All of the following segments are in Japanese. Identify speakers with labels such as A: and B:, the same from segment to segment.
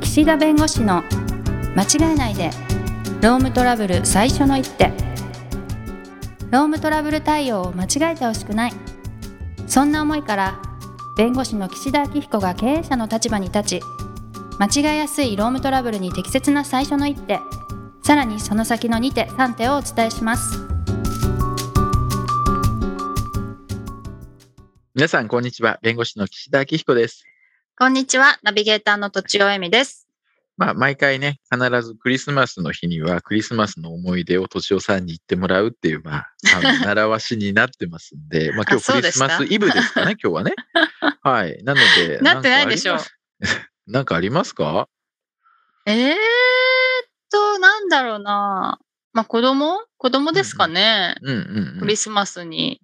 A: 岸田弁護士の間違えないでロームトラブル最初の一手ロームトラブル対応を間違えてほしくないそんな思いから弁護士の岸田明彦が経営者の立場に立ち間違えやすいロームトラブルに適切な最初の一手さらにその先の2手3手をお伝えします
B: 皆さん、こんにちは。弁護士の岸田明彦です。
A: こんにちはナビゲーターのとちおえみです
B: まあ、毎回ね、必ずクリスマスの日には、クリスマスの思い出をとちおさんに言ってもらうっていう、まあ、あの習わしになってますん で、まあ、今
A: あ
B: 日
A: そ
B: ク
A: う
B: リ
A: で
B: ス
A: すか
B: マスイブですかね、今日 はね。はい。なので、
A: なってないでしょ
B: んかあります。なんかありますか
A: えーっとなんだろうなまあ子供子供ですかね、
B: うんうん、う
A: ク
B: ん
A: リ。スマスに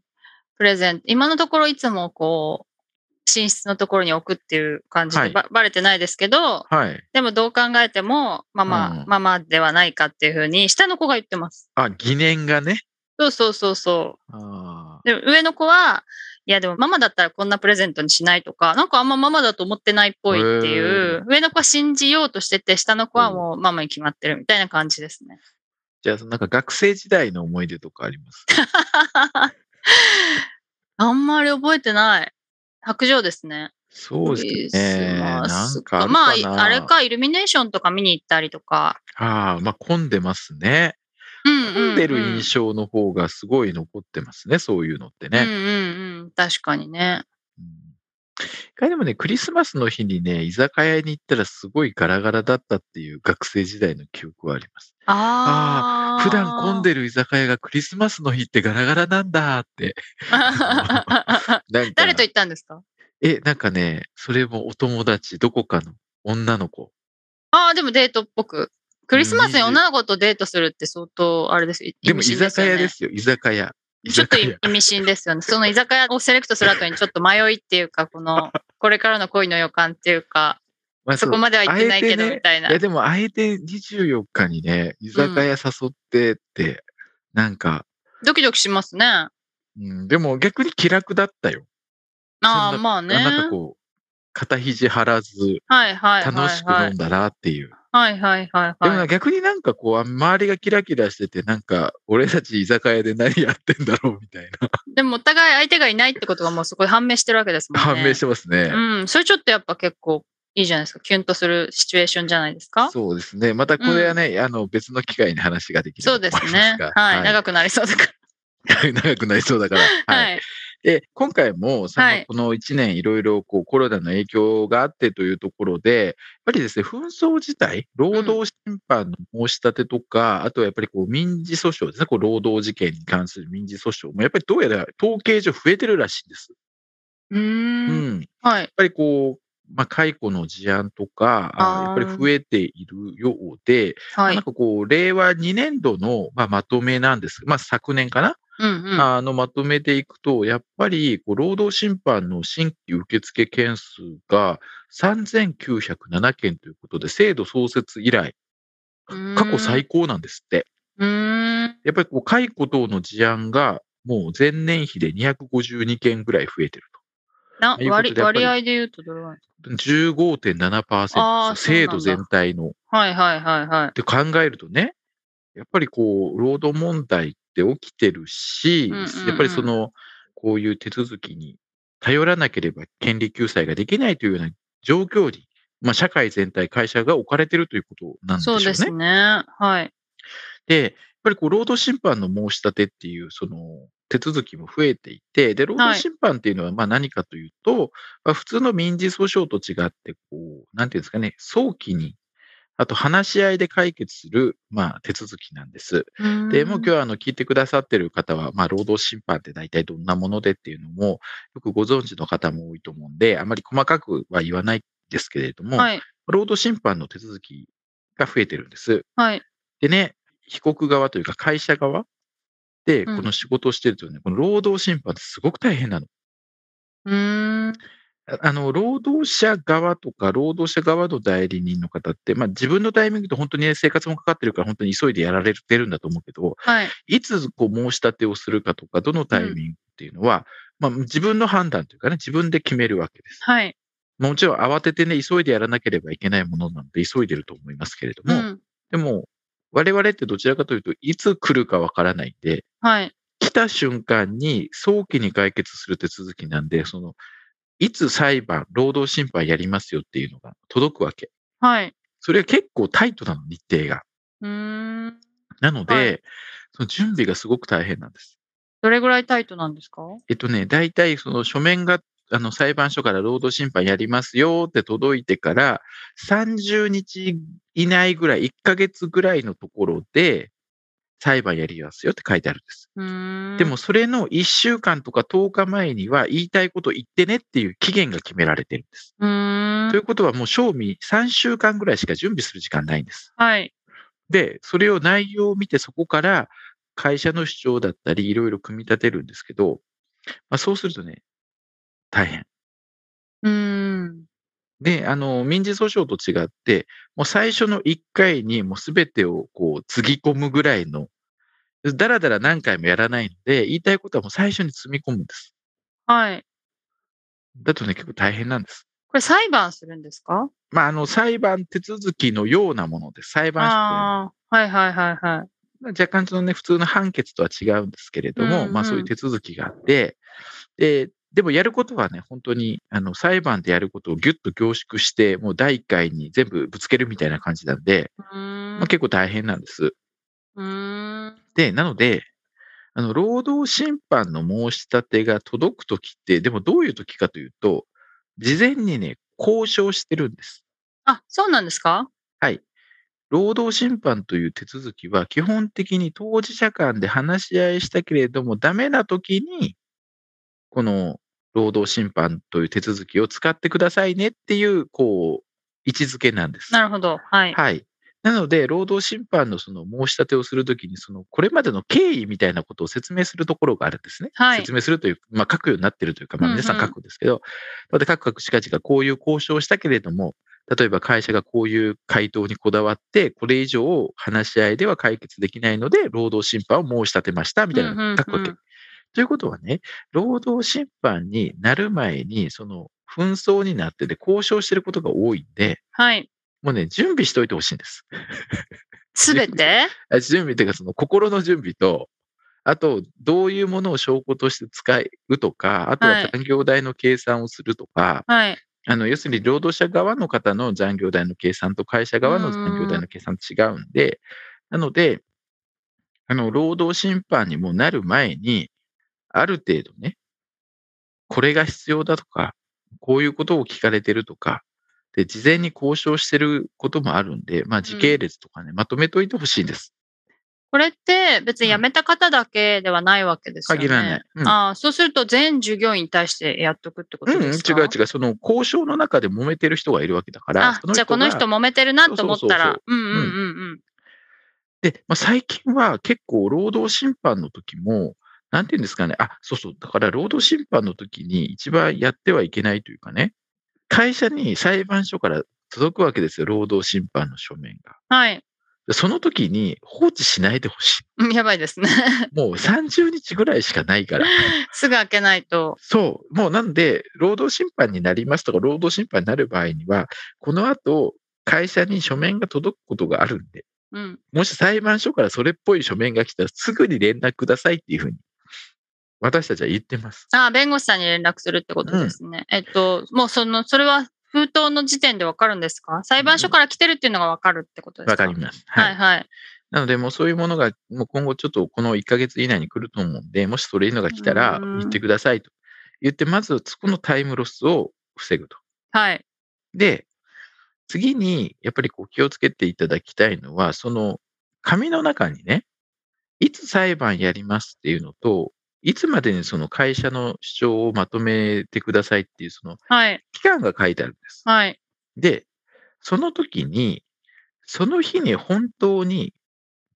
A: プレゼント今のところいつもこう寝室のところに置くっていう感じ
B: は
A: で
B: い
A: ば、バレてないですけど
B: はい。
A: でもどう考えてもママ、
B: うん
A: ママではないかっていうふうに下の子が言ってます
B: あ、疑念がね。
A: そうそうそうそう
B: あ
A: で上の子はいやでもママだったらこんなプレゼントにしないとかなんかあんまママだと思ってないっぽいっていう上の子は信じようとしてて下の子はもうママに決まってるみたいな感じですね。
B: ーじゃあ、なんか学生時代の思い出とかあり ます
A: あんまり覚えてない。白状ですね。
B: そうですね。
A: クリスマ
B: な
A: ス
B: んかある
A: ま
B: かな、
A: あ、あれか、イルミネーションとか見に行ったりとか。
B: ああ、まあ、混んでますね。
A: うんうん、うん。
B: 混んでる印象の方がすごい残ってますね、そういうのって
A: うん
B: ね。
A: うんうん。確かにね。
B: うん一回でもね、クリスマスの日にね、居酒屋に行ったらすごいガラガラだったっていう学生時代の記憶はあります。
A: ああ。
B: 普段混んでる居酒屋がクリスマスの日ってガラガラなんだって。なんか
A: 誰と行ったんですか
B: え、なんかね、それもお友達、どこかの女の子。
A: ああ、でもデートっぽく。クリスマスに女の子とデートするって相当、あれです。
B: でも居
A: 意味深
B: 酒屋
A: よね
B: ですよ、居酒屋。居
A: ちょっと
B: 酒
A: 意
B: 屋。
A: 味深ですよね。その居酒屋をセレクトする後にちょっと迷いっていうか、こ の、これからの恋の予感っていうか、
B: まあ
A: そこまでは行ってないけど
B: あえてね
A: みたいな。
B: いやでもあえて24日にね、居酒屋誘ってって、なんか、
A: ドキドキしますね。あ
B: うん、でも逆に気楽だったよ。
A: あ、
B: そんな
A: まあね。
B: なんかこう、肩肘張らず、
A: はいはいはい、はい。
B: 楽しく飲んだなっていう。
A: はいはいはい
B: でも
A: は。
B: ない逆になんかこう、周りがキラキラしてて、なんか、俺たち居酒屋で何やってんだろうみたいな、
A: でもお互い相手がいないってことがもうそこで判明してるわけですもんね。
B: 判明してますね。
A: うん。それちょっとやっぱ結構いいじゃないですか。キュンとするシチュエーションじゃないですか。
B: そうですね。またこれはね、あの、別の機会に話ができる
A: そうですね。はい。長くなりそうだか
B: 長くなりそうだから。
A: ら。
B: はい
A: は。い。
B: で、今回も、その
A: はい
B: この1年いろいろこうコロナの影響があってというところで、やっぱりですね、紛争自体、労働審判の申し立てとか、あとはやっぱりこう民事訴訟ですね、こう労働事件に関する民事訴訟も、やっぱりどうやら統計上増えてるらしいんです。
A: うー。
B: うんん。やっ
A: はい。
B: ぱりこう、まあ、解雇の事案とか、あや
A: あ
B: っ
A: ー
B: ぱり増えているようで、
A: は
B: なん
A: い。
B: かこう、令和2年度の、まあ、まとめなんです。まあ、昨年かな
A: うんうん。
B: あのまとめていくと、やっぱりこう労働審判の新規受付件数が3907件ということで、制度創設以来、過去最高なんですって。
A: うーん。
B: やっぱりこう解雇等の事案が、もう前年比で252件ぐらい増えてる
A: な
B: ということ
A: 割
B: でやっぱり
A: 割合で言うとどれぐらい
B: と。15.7%
A: あー
B: ですよ、制
A: そうなん
B: 度
A: だ
B: 全体の。っ
A: はいはいはいはい。
B: て考えるとね、やっぱりこう、労働問題って起きてるし、
A: うんうんうん
B: やっぱりその、こういう手続きに頼らなければ権利救済ができないというような状況に、まあ、社会全体、会社が置かれてるということなんでしょ
A: そうう
B: ね。
A: ですね。はい。
B: で、やっぱりこう、労働審判の申し立てっていう、その、手続きも増えていて、で、労働審判っていうのは、まあ何かというと、まあ普通の民事訴訟と違って、こう、なんていうんですかね、早期に、あと話し合いで解決する、まあ手続きなんです。で、もう今日
A: は
B: はあの聞いてくださってる方は、まあ、労働審判って大体どんなものでっていうのも、よくご存知の方も多いと思うんで、あまり細かくは言わないですけれども、
A: はい
B: 労働審判の手続きが増えてるんです。
A: はい。
B: でね、被告側というか会社側で、こ
A: うん
B: の仕事をしてるとね、この労働審判ってすごく大変なの。
A: うーん。
B: ああの、労働者側とか、労働者側の代理人の方って、まあ自分のタイミングで本当にね、生活もかかってるから、本当に急いでやられてるんだと思うけど、
A: はい。
B: いつこう申し立てをするかとか、どのタイミングっていうのは、まあ、自分の判断というかね、自分で決めるわけです。
A: はい。
B: もちろん慌ててね、急いでやらなければいけないものなので、急いでると思いますけれど
A: う
B: も、
A: ん。
B: でも、我々ってどちらかというといつ来るかわからないんで、
A: はい。
B: 来た瞬間に早期に解決する手続きなんで、その、いつ裁判、労働審判やりますよっていうのが届くわけ。
A: はい。
B: それは結構タイトなの、日程が。
A: うーん。
B: なので、
A: はい
B: その準備がすごく大変なんです。
A: どれぐらいタイトなんですか
B: えっとね、大体その書面が、あの、裁判所から労働審判やりますよって届いてから、30日以内ぐらい、1ヶ月ぐらいのところで、裁判やりますよって書いてあるんです。
A: うーん。
B: でも、それの1週間とか10日前には言いたいこと言ってねっていう期限が決められてるんです。
A: うー
B: とい
A: ん。
B: うことはもう賞味3週間ぐらいしか準備する時間ないんです。
A: はい。
B: で、それを内容を見てそこから会社の主張だったりいろいろ組み立てるんですけど、まあ、そうするとね、大変。
A: うーん。
B: で、あの、民事訴訟と違って、もう最初の1回にもう全てをこう、つぎ込むぐらいの、だらだら何回もやらないので、言いたいことはもう最初に積み込むんです。
A: はい。
B: だとね、結構大変なんです。
A: これ裁判するんですか
B: まあ、あの、裁判手続きのようなものです。裁判所
A: ああ。はいはいはいはい。
B: 若干そのね、普通の判決とは違うんですけれど
A: うん
B: も、
A: うん
B: まあそういう手続きがあって、で、でもやることはね、本当に、あの、裁判でやることをギュッと凝縮して、もう第一回に全部ぶつけるみたいな感じなんで、
A: うーん。
B: まあ、結構大変なんです。
A: うーん。
B: で、なので、あの、労働審判の申し立てが届くときって、でもどういうときかというと、事前にね、交渉してるんです。
A: あ、そうなんですか
B: はい。労働審判という手続きは、基本的に当事者間で話し合いしたけれども、ダメなときに、この労働審判という手続きを使ってくださいねっていう、こう、位置づけなんです。
A: なるほど。はい。
B: はい。なので、労働審判のその申し立てをするときに、そのこれまでの経緯みたいなことを説明するところがあるんですね。
A: はい
B: 説明するという、まあ、書くようになってるというか、ま
A: うん
B: あ、
A: うん
B: 皆さん書くんですけど、なので、各々しかじがこういう交渉をしたけれども、例えば会社がこういう回答にこだわって、これ以上話し合いでは解決できないので、労働審判を申し立てましたみたいなのを書くわけ。
A: うんうんうん
B: ということはね、労働審判になる前に、その紛争になってで交渉してることが多いんで、
A: はい。
B: もうね、準備しておいてほしいんです。
A: すべて
B: あ準備というか、その心の準備と、あと、どういうものを証拠として使うとか、あと
A: は
B: はい残業代の計算をするとか、
A: はい。
B: あの、要するに労働者側の方の残業代の計算と会社側の残業代の計算違うんで、なので、あの、労働審判にもなる前に、ある程度ね、これが必要だとか、こういうことを聞かれてるとか、で、事前に交渉してることもあるんで、まあ、時系列とかね、まとめといてほしいんです。
A: これって別に辞めた方だけではないわけですよね。
B: 限らない。うん
A: ああ、そうすると全従業員に対してやっとくってこ
B: う
A: と
B: ん、違う
A: ですか、
B: 違う。その交渉の中で揉めてる人がいるわけだから、
A: あ
B: そ、の
A: じゃあこの人
B: が
A: 揉めてるなと思ったら。うんうん
B: う
A: うん
B: で、まあ、最近は結構労働審判の時も、なんていうんですかね、あ、そうそう、だから労働審判の時に一番やってはいけないというかね、会社に裁判所から届くわけですよ、労働審判の書面が。
A: うん。はい。
B: でその時に放置しないでほしい。
A: うんやばいですね。
B: もう30日ぐらいしかないから。
A: すぐ開けないと。
B: そう。もうなんで、労働審判になりますとか、労働審判になる場合には、この後、会社に書面が届くことがあるんで、
A: うん。
B: もし裁判所からそれっぽい書面が来たら、すぐに連絡くださいっていうふうに、私たちは言ってます。
A: ああ、弁護士さんに連絡するってことですね。えっと、もうその、それは封筒の時点でわかるんですか裁判所から来てるっていうのがわかるってことです
B: わ
A: か
B: かります。
A: は
B: はいい。
A: はい。
B: なので、もうそういうものが、もう今後ちょっとこの1ヶ月以内に来ると思うんで、もしそれいうのが来たら、
A: うん
B: 言ってくださいと言って、まず、そこのタイムロスを防ぐと。
A: はい。
B: で、次に、やっぱりこう気をつけていただきたいのは、その、紙の中にね、いつ裁判やりますっていうのと、いつまでにその会社の主張をまとめてくださいっていう、その
A: はい。
B: 期間が書いてあるんです。
A: はい。
B: で、その時に、その日に本当に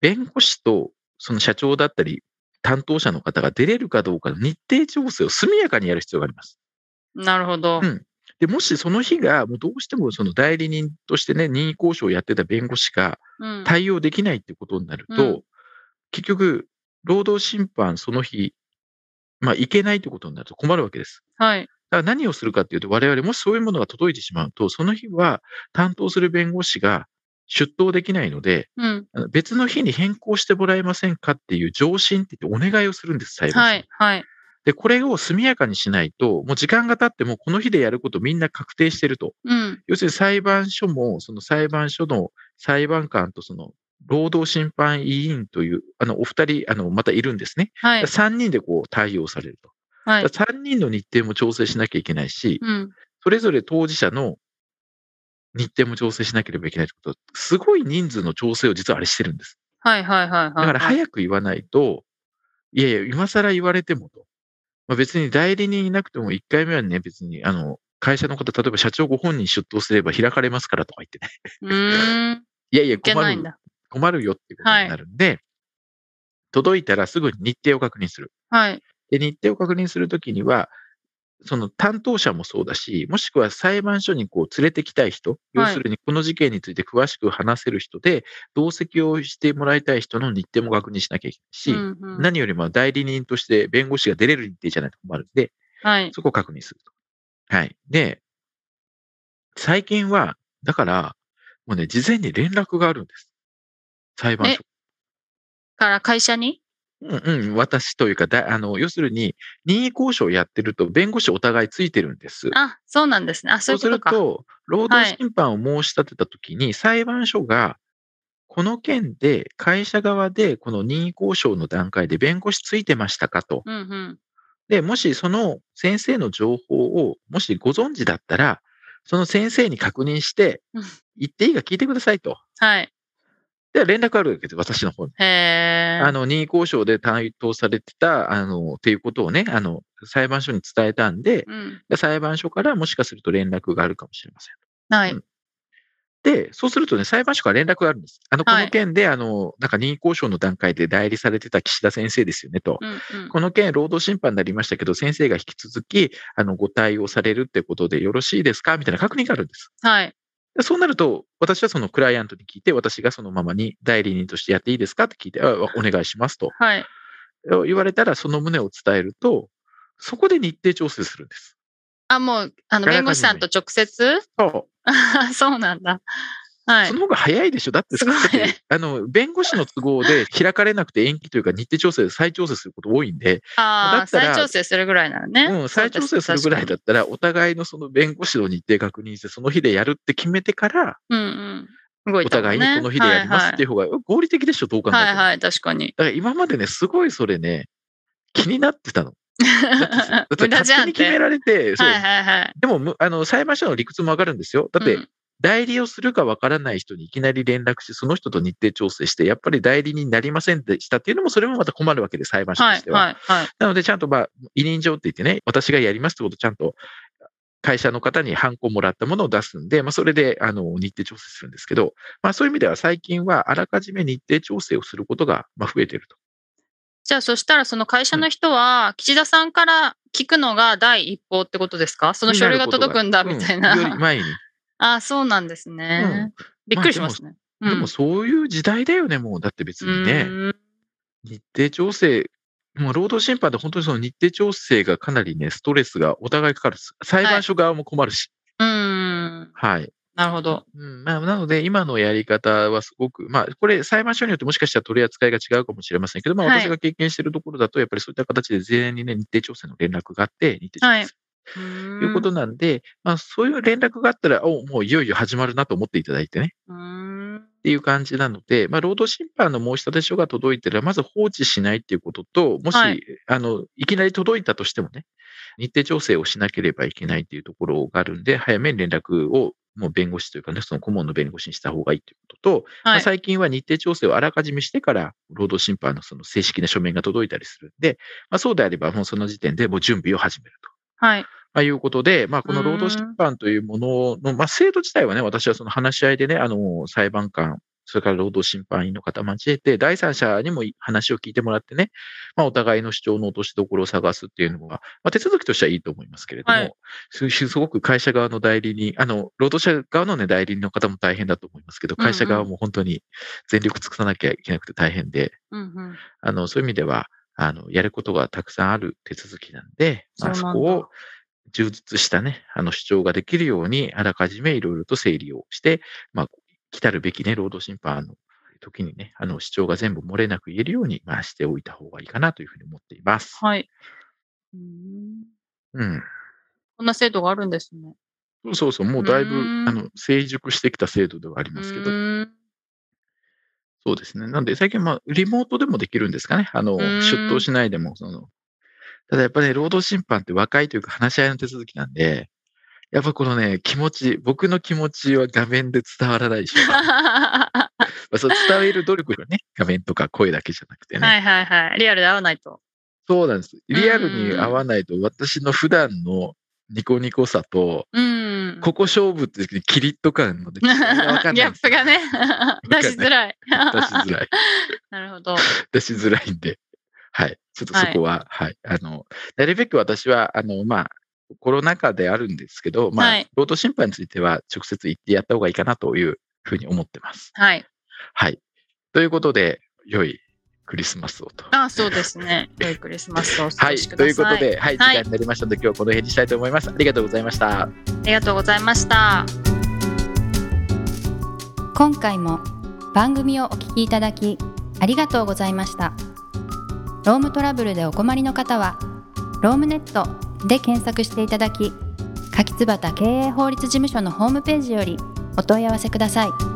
B: 弁護士とその社長だったり、担当者の方が出れるかどうかの日程調整を速やかにやる必要があります。
A: なるほど。
B: うんで、もしその日が、もうどうしてもその代理人としてね、任意交渉をやってた弁護士が
A: うん。
B: 対応できないってことになると、
A: うん
B: 結局、労働審判その日、まあ、いけないってことになると困るわけです。
A: はい。
B: だから何をするかっていうと、我々もしそういうものが届いてしまうと、その日は担当する弁護士が出頭できないので、
C: うん。
B: あの別の日に変更してもらえませんかっていう上申って言ってお願いをするんです、裁判所に
C: はい、はい。
B: で、これを速やかにしないと、もう時間が経ってもこの日でやることみんな確定してると。
C: うん。
B: 要するに裁判所も、その裁判所の裁判官とその労働審判委員という、あの、お二人、あの、またいるんですね。
C: はい、
B: 三人でこう対応されると。
C: はい。
B: 三人の日程も調整しなきゃいけないし、
C: うん。
B: それぞれ当事者の日程も調整しなければいけないってこと、すごい人数の調整を実はあれしてるんです。
C: はい、はい、はい。はい
B: だから早く言わないと、いやいや、今更言われてもと。まあ、別に代理人いなくても1回目はね、別に、あの、会社の方、例えば社長ご本人出頭すれば開かれますからとか言ってね。
C: うーん。い
B: いやいや、
C: け
B: 困
C: ないん
B: る、
C: だ。
B: 困るよってことになるんで、届いたらすぐに日程を確認する。
C: はい。
B: で、日程を確認するときには、その担当者もそうだし、もしくは裁判所にこう連れてきたい人、要するにこの事件について詳しく話せる人で、同席をしてもらいたい人の日程も確認しなきゃいけないし、
C: うんうん
B: 何よりも代理人として弁護士が出れる日程じゃないと困るんで、
C: はい。
B: そこを確認すると。はい。で、最近は、だから、もうね、事前に連絡があるんです。裁判所。
C: から会社に
B: うんうん、私というかだ、あの、要するに、任意交渉をやってると、弁護士お互いついてるんです。
C: あ、そうなんですね。あ、そう
B: そ
C: いううこ
B: す
C: とか。
B: ると、労
C: はい
B: 働審判を申し立てたときに、裁判所が、この件で、会社側で、この任意交渉の段階で弁護士ついてましたかと。
C: うん、うん。
B: で、もしその先生の情報を、もしご存知だったら、その先生に確認して
C: うん、
B: 言っていいか聞いてくださいと。
C: はい。
B: で、連絡あるわけです、私の方に。
C: へー
B: あの、任意交渉で担当されてた、あの、っていうことをね、あの、裁判所に伝えたんで、
C: うん。
B: で裁判所からもしかすると連絡があるかもしれません。。
C: はいう
B: んで、そうするとね、裁判所から連絡があるんです。あの、こ
C: はい
B: の件で、あの、なんか任意交渉の段階で代理されてた岸田先生ですよね、と。
C: うん、うん。
B: この件、労働審判になりましたけど、先生が引き続き、あの、ご対応されるってことでよろしいですかみたいな確認があるんです。
C: はい。
B: でそうなると、私はそのクライアントに聞いて、私がそのままに代理人としてやっていいですかって聞いて、あお願いしますと
C: はい。
B: 言われたら、その旨を伝えると、そこで日程調整するんです。
C: あ、もう、あの、
B: からかに
C: 弁護士さんと直接
B: そ
C: そうなんだ。はいう
B: そ。の方が早いでしょだって、
C: すごい
B: だってあの、弁護士の都合で開かれなくて延期というか日程調整、再調整すること多いんで、
C: あ
B: だ
C: あ、
B: ったら
C: 再調整するぐらいならね。
B: うん、再調整するぐらいだ
C: っ
B: ったら、お互いのその弁護士の日程確認して、その日でやるって決めてから、
C: た。うんうん。動い
B: お
C: たもん
B: 互いに
C: ね
B: この日でやりますっていう方が合理的でしょ、どう考えても。
C: はいはい、はい
B: だ
C: はい、確かに。
B: から今までね、すごいそれね、気になっ てたの。だってだって
C: 無駄じ
B: 勝
C: ゃ
B: 手
C: んっ
B: に決め
C: て。
B: られて、そう
C: はいはいはい。
B: でもむあの裁判所の理屈もわかるんですよ。だって、
C: うん
B: 代理をするかわからない人にいきなり連絡し、その人と日程調整して、やっぱり代理になりませんでしたっていうのも、それもまた困るわけで、裁判所と
C: は
B: し
C: い
B: ては。
C: はいはい。
B: なので、ちゃんと、まあ、委任状って言ってね、私がやりますってことをちゃんと会社の方にハンコもらったものを出すんで、まあ、それで、あの、日程調整するんですけど、まあ、そういう意味では最近は、あらかじめ日程調整をすることが、まあ、増えてると。
C: じゃあそしたらその会社の人は岸田さんから聞くのが第一報ってことですかその書類が届くんだみたいな。
B: うんより前に。
C: ああそうなんですね、びっくりしますね。
B: で
C: うん
B: も、そういう時代だよね、もう。だって別にね、
C: うん
B: 日程調整、まあ、労働審判で本当にその日程調整がかなりね、ストレスがお互いかかるんです。裁判所側も困るし。
C: うん
B: はい
C: なるほど。
B: うん、まあ、なので、今のやり方はすごく、まあ、これ、裁判所によってもしかしたら取り扱いが違うかもしれませんけど、まあ、
C: はい
B: 私が経験しているところだと、やっぱりそういった形で事前にね、日程調整の連絡があって、日程調整する
C: と
B: ということなんで、まあ、そういう連絡があったら、おもういよいよ始まるなと思っていただいてね、
C: うん
B: っていう感じなので、まあ、労働審判の申し立て書が届いたら、まず放置しないっていうことと、もし、
C: はい
B: あの、いきなり届いたとしてもね、日程調整をしなければいけないっていうところがあるんで、早めに連絡を、もう弁護士というかね、その顧問の弁護士にした方がいいということと、ま
C: は
B: あ
C: い。
B: 最近は日程調整をあらかじめしてから、労働審判のその正式な書面が届いたりするんで、まあ、そうであれば、もうその時点でもう準備を始めると。
C: はい。
B: まあ、いうことで、まあ、この労働審判というものの、まあ、制度自体はね、私はその話し合いでね、あの、裁判官、それから労働審判員の方交えて、第三者にも話を聞いてもらってね、まあ、お互いの主張の落としどころを探すっていうのは、まあ、手続きとしてはいいと思いますけれども、
C: はい
B: す すごく会社側の代理人、あの、労働者側のね、代理人の方も大変だと思いますけど、
C: うんうん
B: 会社側も本当に全力尽くさなきゃいけなくて大変で、
C: うんうん
B: あの、そういう意味では、あの、やることがたくさんある手続きなんで、まあ、
C: そう
B: そ
C: なんだ
B: こを充実したね、あの主張ができるように、あらかじめいろいろと整理をして、まあ、来たるべきね、労働審判の時にね、あの主張が全部漏れなく言えるように、まあ、しておいた方がいいかなというふうに思っています。。
A: はい。うんこんな制度があるんですね。
B: そうそうそう、もうだいぶ、あの、成熟してきた制度ではありますけど。 そうですね。なんで、最近、まあ、リモートでもできるんですかね。あの、出頭しないでも、その、ただやっぱね、労働審判って若いというか話し合いの手続きなんで、やっぱこのね、気持ち、僕の気持ちは画面で伝わらない し、まあ、そう伝える努力がね、画面とか声だけじゃなくてね。
A: はいはいはい。リアルで合わないと。
B: そうなんです。リアルに合わないと、私の普段のニコニコさと、
A: うん、
B: ここ勝負って時にキリッと感ので、
A: ギャップがね、出しづらい。
B: 出しづらい。
A: なるほど。
B: 出しづらいんで、 はい。ちょっとそこは、はい、はい、あの、なるべく私は、あの、まあ、コロナ禍であるんですけど、まあ、はい、労働審判については直接言ってやった方がいいかなというふうに思ってます。
A: はい。
B: はい。ということで、良いクリスマスをと。
A: あそうですね。良いクリスマスを
B: はい。ということで、はい、時間になりましたので、はい、今日この辺にしたいと思います。ありがとうございました。
A: ありがとうございました。
D: 今回も番組をお聞きいただき、ありがとうございました。ロームトラブルでお困りの方は、ロームネットで検索していただき、柿椿経営法律事務所のホームページよりお問い合わせください。